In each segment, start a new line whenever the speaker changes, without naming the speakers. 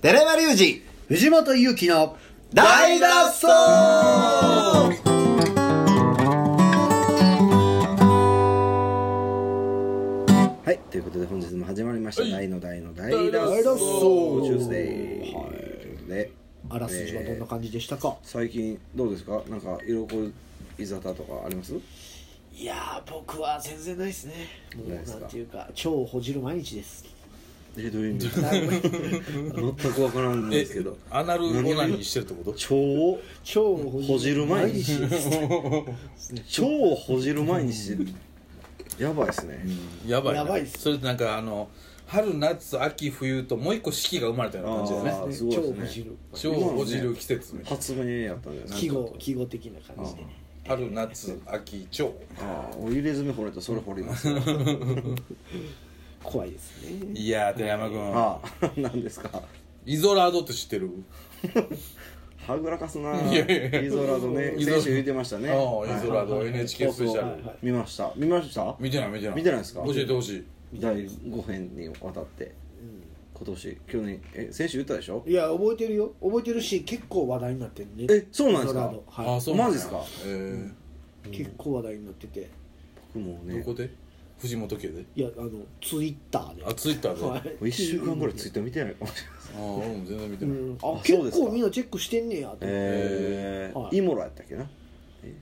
寺山隆二
藤本勇樹の
大脱走
はいということで本日も始まりました「大の大の大脱
大脱走
走」チューズデイということで
あらすじはどんな感じでしたか、
最近どうですかなんか色恋沙汰とかあります
いやー僕は全然ないですねもう
ないです
な
か
んていうか超ほじる毎日です
えどういう意味全くわからんんですけど
アナルオナニーしてるってこと
超
超
ほじる毎日
です
超ほじる毎日やばいですね
やばいな
やばいっす
それなんかあの春夏秋冬ともう一個四季が生まれたような感じだね
あーす
超
ごい
ほ
ですね
じる
超ほじる季節ね
発明やったんじゃない
季語季語的な感じでね
春夏秋超
ああお入れ墨掘れたらそれ掘り ますよ
怖いですね
いやー寺山君
ああ何ですか
イゾラードって知ってる
はぐらかすない
やいやいや
イゾラドね
イゾラ
先週言ってましたね
ああイゾラード
はい
NHK スペシャル
はい
見ました見ました
見てない見てない
見てないですか
教えてほしい
第5編にわたって今年去年え先週言ったでしょ
いや覚えてるよ覚えてるし結構話題になってるね
えそうなんです
イゾ
か
ラード
あ
は
あ
い
そうなんや
マジっすか
え
結構話題になってて
僕もう
ーど
ね
こで藤本家で
いやあのツイッターで
あツイッターであ
はい
1週間ぐらいツイッター見てないかもしれないです
あ俺も全然見て
う
ない
んあ
あそうで
結
すか
構みんなチェックしてんねやと思って
え
は
ー
い
イモラやったっけな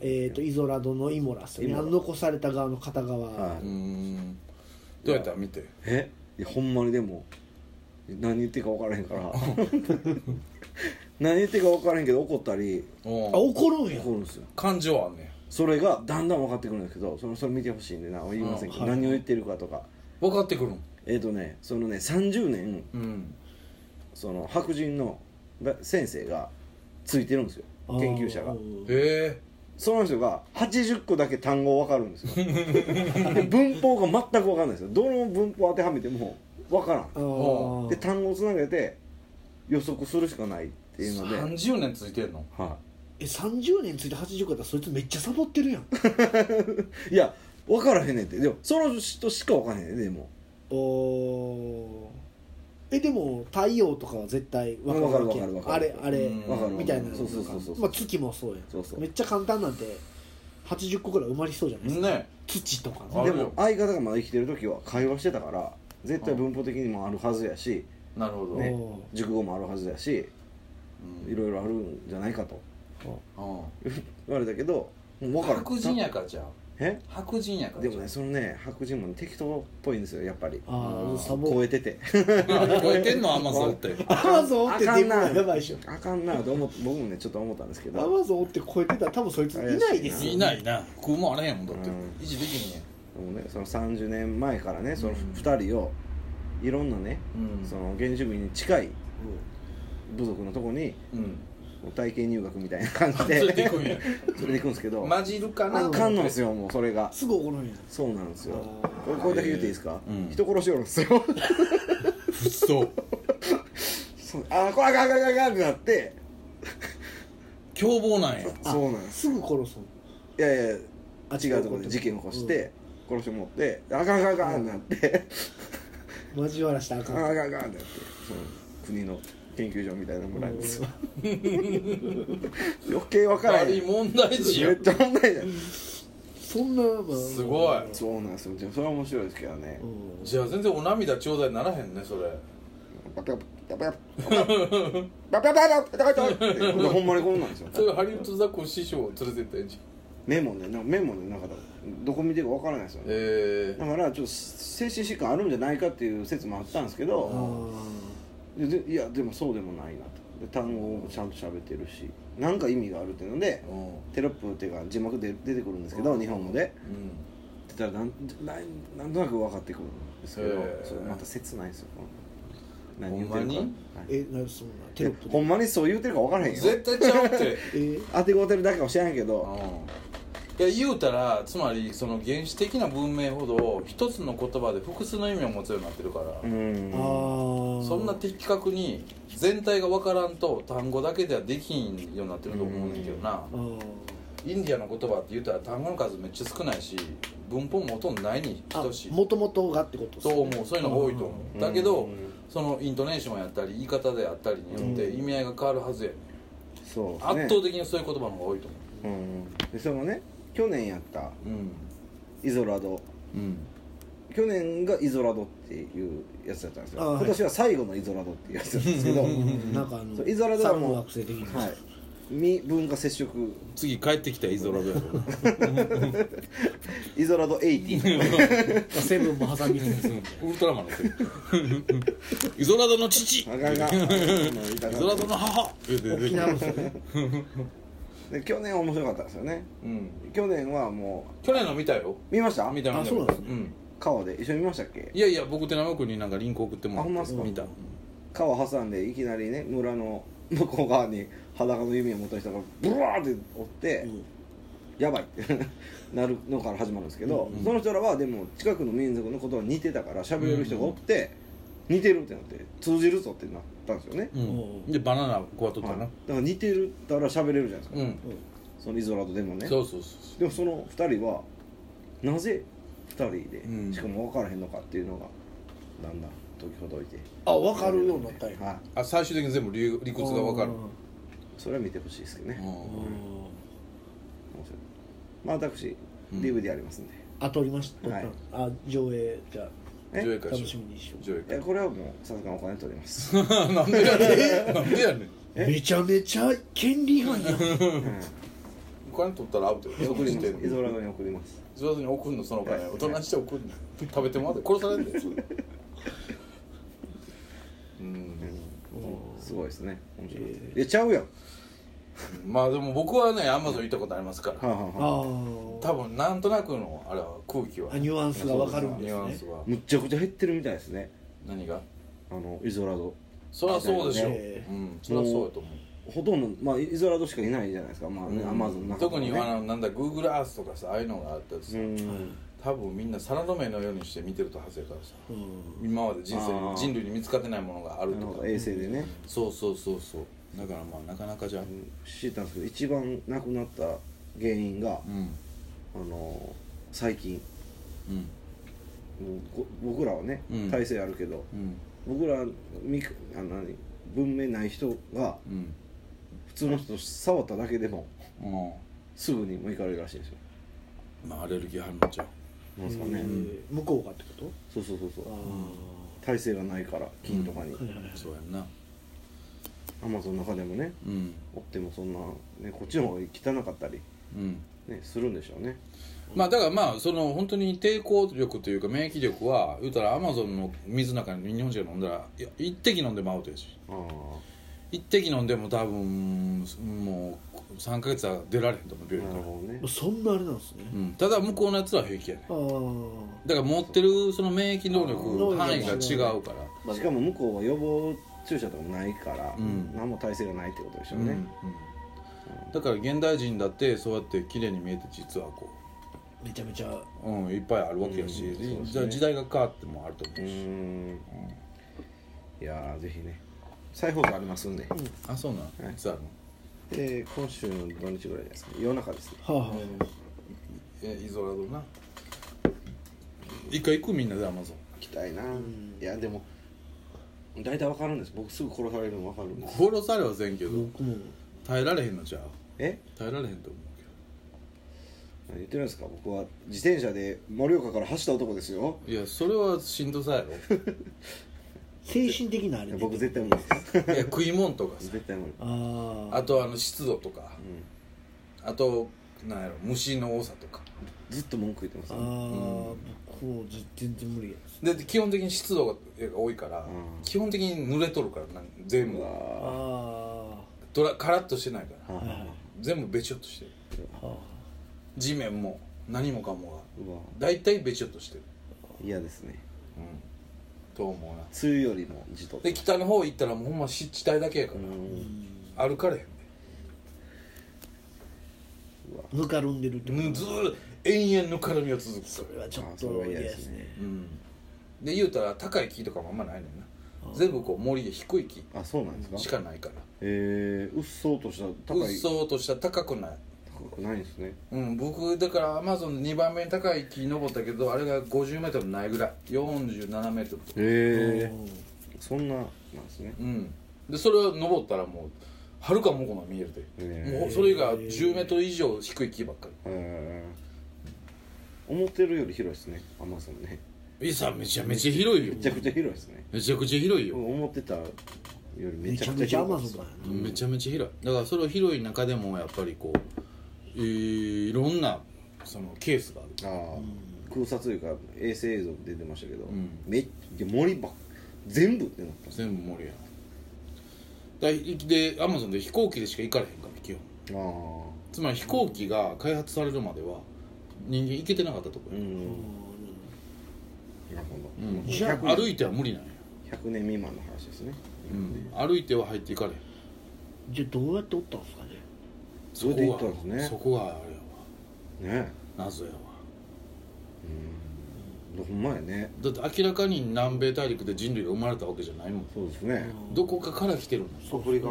えー、とイゾラドのイモラス、ね、
イモ
あ
ラ
の残された側の片側、
は
うー
い
んどうやった見て
えいやほんまにでも何言っていいか分からへんから何言っていいか分からへんけど怒ったり
うん
あ怒るんや
怒るんですよ
感情はあんねん
それがだんだん分かってくるんですけどそれそれ見てほしいんでな言いませんけど、
うんはい
何を言ってるかとか
分かってくるん
えっ、とねそのね30年
うん
その白人のだ先生がついてるんですよ
あー
研究者が
うん
え
その人が80個だけ単語分かるんですよで文法が全く分かんないですよどの文法当てはめても分から
あ
ん
あ
で単語をつなげて予測するしかないって
え
いうので、はい、
30年ついてんの
え30年ついて80個やったらそいつめっちゃサボってるやん
いや分からへんねんってでもその人しか分からへんねんでも
おーえでも太陽とかは絶対わかるわけ
わかるわか
あ
る
れ
わかる
あれ
うん
分かる
みたいな
そうそうそうそう
まあ、月もそうやん
そうそう
めっちゃ簡単なんて80個ぐらい埋まりそうじゃないですか、
ね
土とか
あ
ね
で
るよ
も相方がまだ生きてる時は会話してたから絶対文法的にもあるはずやし
なるほど、
ね
おー
熟語もあるはずやし
うん
いろいろあるんじゃないかと
う
言われたけどもう分
ん
からん
白人やからじゃん
え
白人やから
でもねそのね白人もね適当っぽいんですよやっぱり
ああサボ
超えてて
聞こえてんのアマゾンって
アマゾンって
あかん
全部
な
やばいでしょ
あかんなと思って僕もねちょっと思ったんですけ
ア
ど
マゾンって超えてたら多分そいついないですよ、ね、
いないな食うもんあれへんもんだって
うん
維持できんね
でもねその30年前からねその2人をいろんなね
うん
その原住民に近い部族のとこに
うん
体験入学みたいな感じで
連れていくんや
連れていくんですけど
混じるかな
あかんのですよもうそれが
すぐ怒るんや
そうなんですよ
あー
これこれだけ言っていいですか、
えーうん
人殺しよるんですよ
ふっそ
そうああこれあかんあかんあかんってなって
凶暴なんや
あ
そうなんです
すぐ殺すの
いやいや
あ
違うところで事件起こして、殺し持ってあかんあかんあかんってなって、
交わらしたらあか
あか
ん
んあかんあかんってなってその国の研究所みたいなぐらいですよ余計わからへん
二人問題児
め
や
っちゃ問題じゃん
そんな、まあ、
すごい
そうなんですよでもそれは面白いですけどね
うん
じゃあ全然お涙ちょうだいならへんねそれ
バカバカバカバカバカバカバカバカってほんまにこんなんですよ
それハリウッドザコシ師匠を連れてったんじゃん
メモね、なんかメモね、なんかどこ見てるかわからないですよね。
え
だからちょっと精神疾患あるんじゃないかっていう説もあったんですけ
あ
ど、
ー
ででいやでもそうでもないなと。で単語もちゃんと喋ってるし、なんか意味があるっていうので
ー、うん
テロップっていうか字幕で出てくるんですけど、日本語で。
うん
って言ったらなんなんなんとなく分かってくるんですけど
へ、ー
それまた切ないですよ。
ほ
何
ん
言って
ま
る
に
か。はい
えなんそんなテロップ
でほ
で
んまにそう言ってるか分からへんよ。
絶対ちゃうって
えー
当てごてるだけかもしれないけど、
いや言うたらつまりその原始的な文明ほど一つの言葉で複数の意味を持つようになってるから、
うん
あー
そんな的確に全体が分からんと単語だけではできんようになってると思うねんだけどな、
あー
インディアの言葉って言うたら単語の数めっちゃ少ないし文法もほとんどないに
あ
等しい
もともとがってことです
と思うそういうのが多いと思う、だけど
うん
そのイントネーションやったり言い方であったりによって
うん
意味合いが変わるはずやね、
そうですね
圧倒的にそういう言葉の方が多いと思
うんでそのね去年やった
ううん
イゾラド
うん
去年がイゾラドっていうやつだったんですよ
あはい
今年は最後のイゾラドっていうやつなんです けど、
なんかあの
そうイゾラドは
猿
もう
の惑星的 に
はい未文化接触
次帰ってきたイゾラドやろ
イゾラド80
セブンも挟みつつ
ウルトラマンのせいイゾラドの父イ
あかんあかん
ゾラドの母言うて出て
沖
き
縄
た
の人ね
で去年面白かったですよね
うん
去年はも
去年の見たよ
う見ました
見た見た
あそうなんですね
ん
川で一緒に見ましたっけ
いやいや僕手長くんになんかリンク送ってもら
あほんまっ
って
すか
見た
川挟んでいきなりね村の向こう側に裸の弓を持った人がブワーって追って、やばいって なるのから始まるんですけど、
うん
その人らはでも近くの民族のことは似てたから喋れる人がおって、似てるってなって通じるぞってなったんですよね、
う
おうん
でバナナこうやっとった
はい、
な、
だから似てるたら喋れるじゃないですか、
うん
そのイゾラドでもね
そうそうそう
でもその2人はなぜ2人で、
うん
しかも分からへんのかっていうのがだんだん解きほどいて
あ分かるようになったんや
はい
あ最終的に全部理由理屈がわかる
それは見てほしいですけどね、
う
面
うんん
白いまあ私、
うん
DVD ありますんで
あ撮りました、
はい
あ上映じゃあ
え
上映会
楽
し
し
よ
みにしよ
う
う
上映
いや
会
これはもうさすがにお金取ります
なんでやねんなんでやねん
めちゃめちゃ権利違反 やん
うん
お金取ったらアウトよ
送りますイゾラ
ド
ドに送ります
上手に送るのそのお金大人にして送るの食べてもらって殺されるんだよそれうん
すごいですね面白い、
え
いやちゃうやんは
まあでも僕はねアマゾン行ったことありますか
あ
ら
はあはあ
あ
多分なんとなくのあれは空気は
あニュアンスがわかるん
ニ
で
ュアン
す
ス
ね
は
むっちゃくちゃ減ってるみたいですね
何が
あのイゾラド
そりゃそうでしょ、
ええ
うんそりゃそうやと思う
ほとんどまあイゾラドしかいないじゃないですかまあね、アマゾンの中
特にあのなんだ Google Earth とかさああいうのがあったりさ、
うん、
多分みんなサラの目のようにして見てるとはずやからさ
うん
今まで人生
あー
に人類に見つかってないものがある
なる
とか
ほど衛星でね、
そうそうそうそうだからまあなかなかじゃん
知ったんですけど一番亡くなった原因が、
うん
あの最近
うん
もうこ僕らはね、
うん
体制あるけど
うん
僕らみあの何文明ない人が
うん
普通の人と触っただけでも
うん
すぐにもう行かれるらしいですよ
まあアレルギー反応ちゃう
なんですかね、
えー向こうがってこと
そうそうそうそう
あ
体制がないから金とかに、
あ、はいはいはい
そうやんな
アマゾンの中でもね
うん
おってもそんな、ね、こっちの方が汚かったり、
うん
ね、するんでしょうね
まあだからまあその本当に抵抗力というか免疫力は言うたらアマゾンの水の中に日本人が飲んだらいや一滴飲んでもアウトやし
ああ
一滴飲んでも多分もう3ヶ月は出られへんと思う病
な
院
る
から、
ほどね
そんなあれなんですね、
うん、ただ向こうのやつは平気やね
あ
だから持ってるその免疫能力範囲が違うから
しかも向こうは予防注射とかもないから、
うん
何も体制がないってことでしょ
う
うんね、
うんだから現代人だってそうやって綺麗に見えて実はこ
あめちゃめちゃ
う、うん、いっぱいあるわけやし、
うんそうですね
じゃあ時代が変わってもあると思
う
うし、
ーんいやーぜひね再放送ありますんで、
あそうなん、い、つあるの
えー今週の土日ぐらいですか夜中ですね
はあ、は
えイゾラドな一回行くみんなでアマゾ
行
ン
きたいな、いやでも大体わかるんです僕すぐ殺されるのわかるんです
殺されはせんけ
あ、
ど、
僕も
耐えられへんのじゃあ
え
耐えられへんと思うけど
何言ってるんですか僕は自転車で盛岡から走った男ですよ
いやそれはしんどさや ろい
精神的なあれで
僕絶対無理 です
や食い物とかさ
絶対無理
ああ
あとあの湿度とか、あとなんやろ虫の多さとか
ずっと文句言ってます
ああ、
よ
僕もう全然無理や
で基本的に湿度が多いから、
ん
基本的に濡れとるからな全部
う
あ
わ
あ
ドラカラッとしてないか
ー
ら
は
はい
い
は
はい
い
全部べちょっとしてる
は
地面も何もかも
うわ
が大体べちょっとしてる、
嫌ですね
うん、と思うな
梅雨よりも自動
で北の方行ったらもうほんま湿地帯だけやか
う
ら
ん
歩かれへんで
あぬかるんでるってこと
ぬずー延々の絡みが続く
そ
か
れはちょっ
あそれ
と
は嫌
嫌
で
ですす
ね
ね
らうんで言うたら高い木とかもあんまないねんな全部こう森で低い木
あそうなんですか
しかないから
えー、うっそうとした
う
高
っ
い
そうとしたら高くない
高くないんですね
うん、僕だからアマゾン2番目に高い木登ったけどあれが 50m ないぐらい 47m
へえ
うん
そんななんですね
うんでそれを登ったらもうはるか向こうが見えるで
へ
もうそれ以外は10メートル以上低い木ばっか
え思ってるより広いですねアマゾンね
りいさめちゃめちゃ広いよ
めちゃくちゃ広いですね
めちゃくちゃ広いよ、
思ってたよりめ
め
ち
ち
ゃ
ゃ
く
めち
ちゃ
ゃアマ
広い
ゾンだよな
めちゃめちゃ広いだからその広い中でもやっぱりこういいろんなそのケースがある
ああ空撮というか衛星映像出てましたけど、
うん
めっちゃ森ばっ全部ってなったんです
全部森やだいでアマゾンで飛行機でしか行かれへんから基本
ああ
つまり飛行機が開発されるまでは人間行けてなかったとこ
う
や、
んなるほど、
うん
100
じゃあ
歩いては無理なんや、
100年未満の話ですね
うん、歩いては入っていかれへん
じゃあどうやっておったんですかね
そこ
それで行
が
ったんですね
そこがあれやわ
ね
謎やわ
えほんまやね
だって明らかに南米大陸で人類が生まれたわけじゃないもん
そうですね
どこかから来てるんだ
アフリカ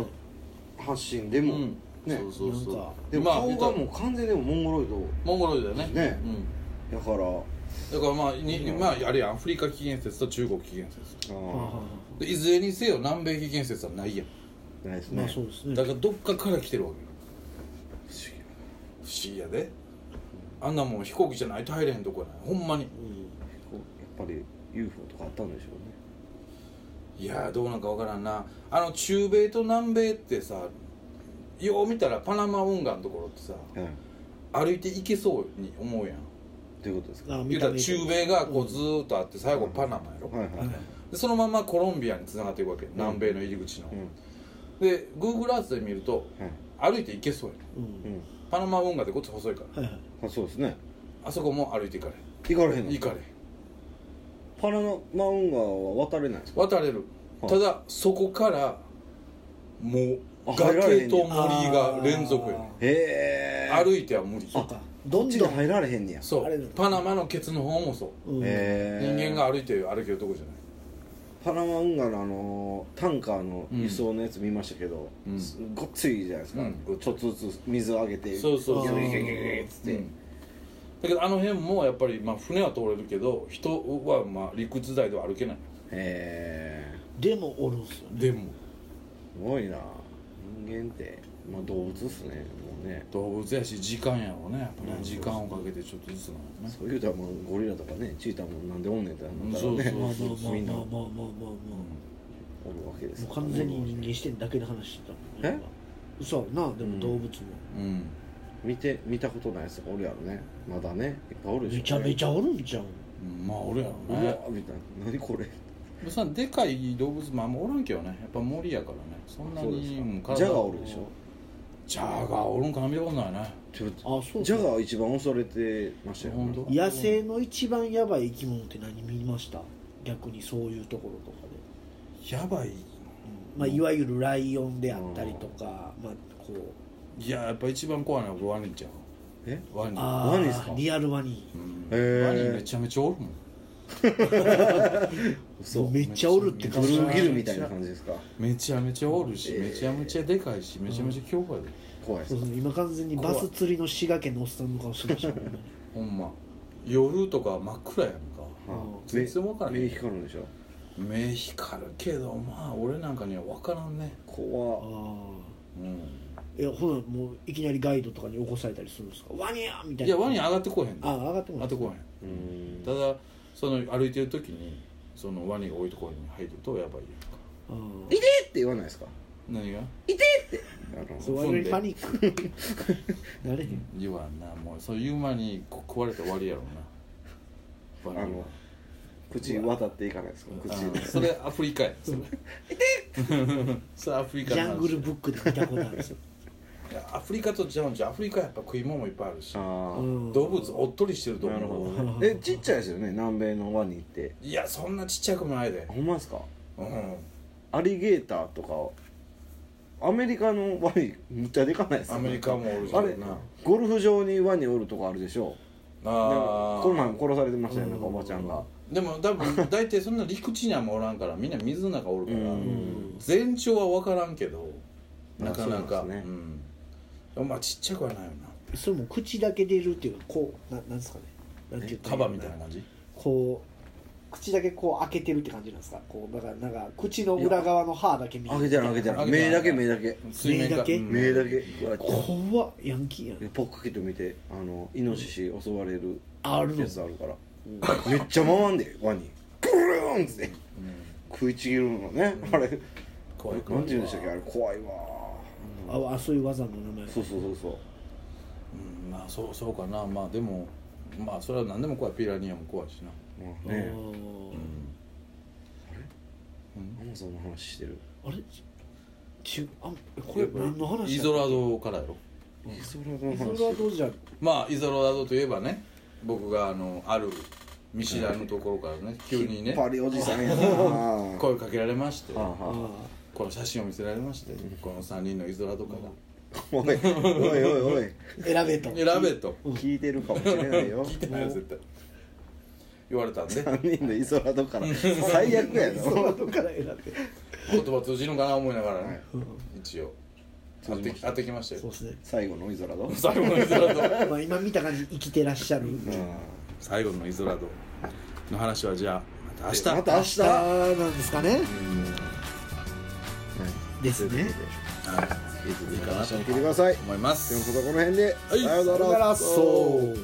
発信で
う
も、
ん、
ね
そうそうそう
なんか
でも
まあ
顔がもう完全でもモンゴロイド
モンゴロイドだよね
ね
うん
やから
だからまあに、まあ、あれやんアフリカ起源説と中国起源説
あ
でいずれにせよ南米起源説はないやん
あないですね、
まあそうですね
だからどっかから来てるわけよ不思議やであんなもん飛行機じゃないと入れへんとこやないほんまに
こうやっぱり UFO とかあったんでしょ
いやーどうなんかわからんなあの中米と南米ってさよう見たらパナマ運河のところってさ
うねはい
歩いて行けそうに思うやん
ということですか
あ
言
見
うた
た
ら
目
中米がこうずーっとあって最後パナマやろ、
はいはい、
でそのままコロンビアにつながっていくわけ南米の入り口の、で Google Earth で見ると
はい
歩いて行けそうやね
うん
うん
パナマ運河でこっち細いから
はいはい
あそうですね
あそこも歩いて行かれ
行かれへん
へん
の
行かれへん
パナマ運河は渡れないんですか
渡れる、
はい
ただそこからもう
あ入られへ
崖
ん
と
ね
森が連続やね
へえ
歩いては無理
そうかど
こ
ん
っちで
どん
入られへんねや
そ
あれ
うパナマのケツの方もそう
うん
へえ
人間が歩いて歩けるとこじゃない
パナマ運河のあのータンカーの輸送のやつ見ましたけど、
うん
すごっついじゃないですか、
うん
こうちょっとずつ水をあげて
そうそう
そう
ギュギュギュギュギュっつって、
うんだけどあの辺もやっぱり、まあ、船は通れるけど人はまあ陸伝いでは歩けない
へえ
でもおるんすよね
でも
すごいな人間って、まあ、動物っすねもうね
動物やし時間やろうねやっぱね時間をかけてちょっとずつなのね
そういうとはもうゴリラとかねチーターもなんでおんねんってなったら
うん
ね、
そう
まあまあ
そう
まあ
みんな
まあまあまあまあ
お
まあ
るわけです
もう
からね
完全に人間視点だけの話してたもんね嘘やろなでも動物も
うん
見て見たことないやつおるやろねまだねいっぱいおるでしょ
めちゃめちゃおるんじゃん
うんまあ俺や
う
ろ
わ
うね
みたいな何これ
でさでかい動物まああんまおらんけどねやっぱ森やからねそんな
そうです
にうん
か
体
ジャガーおるでしょ
ジャガーおるんかな見たことないね
ちょ
あそう
ジャガー一番恐れてましたよ
ほんと
野生の一番やばい生き物って何見ました逆にそういうところとかで、
やばい
うんまあ、いわゆるライオンであったりとか、まあこう
いややっぱ一番怖いのはワニちゃう
え
ワニ
あ
ワニっすか
ーリアルワニ
うん
へー
ワニめちゃめちゃおるもん
嘘
めっちゃおるって
ブ
感
ル
じ
ーギルみたいな感じですか
めちゃめちゃおるし、
えー
めちゃめちゃでかいしめちゃめちゃ強化で、
怖いで
そ
す
うそう今完全にバス釣りの滋賀県のおっさんの顔してましたもんね
ほんま夜とか真っ暗やんか
は
全然わからへん
目光るんでしょ
目光るけどまあ俺なんかには分からんね
あ
怖
あ
うん
いやほらもういきなりガイドとかに起こされたりするんですかワニやみたい
い
な
やワニ上がってこへんで
あ
上
上がっても
が
らっ
っ
てて
こへん
うーん
ただその歩いてる時にそのワニが多いところに入るとやばいやんか
うん
痛えって言わないですか
何が
あの
そう我々にパニックなれへん
言わんなもうそういう間にこ食われて終わりやろうな
あの口渡っていかないですか
あ
口
ーそれアフリカやそれそれアフリ
ジ
カの話
ャングルブックで見たことあるんですよ、
いやアフリカと違うんじゃうアフリカはやっぱ食い物もいっぱいあるし
あー
ん
動物おっとりしてると
なるほ
思う
ど ねえちっちゃいですよね南米のワニって
いやそんなちっちゃくもないで
あほんまですか
うん
アリゲーターとかアメリカのワニむっちゃでかないですか
アメリカもおるし
あれ
な
ゴルフ場にワニおるとこあるでしょ
あ
この前
あ
も殺されてましたよねなんかおばちゃんが
でも多分大体そんな陸地にはもうおらんからみんな水の中おるから
うん
全長は分からんけどなかなか
あそうなんですね
んでもまあちっちゃくはないよな
それも口だけ出るっていうかこうななんですかねなんていうか
カバみたいな感じ
こう口だけこう開けてるって感じなんですかこうだからなんか口の裏側の歯だけ見
開けてない開けてない
開けて
目
な
だ
い
け目だけ
水面
目だけ
うん
目だけこうやって
怖っヤンキーやん
ポックケット見てあのイノシシ襲われる
あるの
やつあるからめっちゃ回んでワニブルーンって食いちぎるのねあれ
怖い怖
ないんて言うんでしたっけあれ怖いわ
ああそういう技の名前
そうそうそうそう
うんまあそうそうかなまあでもまあそれは何でも怖いピラニアも怖いしな
まあ
あ
ね
ー
うん
アマゾンの話してる
あれちゅあこれ何の話
イ
だ
ゾラドからやろ
イソラドの
イゾラ
話
ドじゃ
まあイゾラドといえばね僕があのある見知らぬところからね急に
引
ね
っ張りおじさんやな
声かけられまして
ああ
あ
ああ
この写真を見せられましてこの3人のイゾラドから
おいおいおいおい
ー選べと
選べと
聞いてるかもしれないよ
聞いてないよ絶対言われたんで
3人のイソラド から最悪や
イゾラ
な
ドから選べ
言葉通じるのかな思いながらね
うん
一応
通
当
じ
て
ま
き
し
当てきました
そう
よ
ですね
最後のイソラド
最後のイゾラ ド
まあ今見た感じ生きてらっしゃる
最後のイゾラドの話はじゃあまた
ま
明日
た明
明日
日
なんですかね
はい
ですね
はいいいかなと
聞いてください
思います
今日のことはこの辺で、
は
さよ
い
うな
だから
ら
そう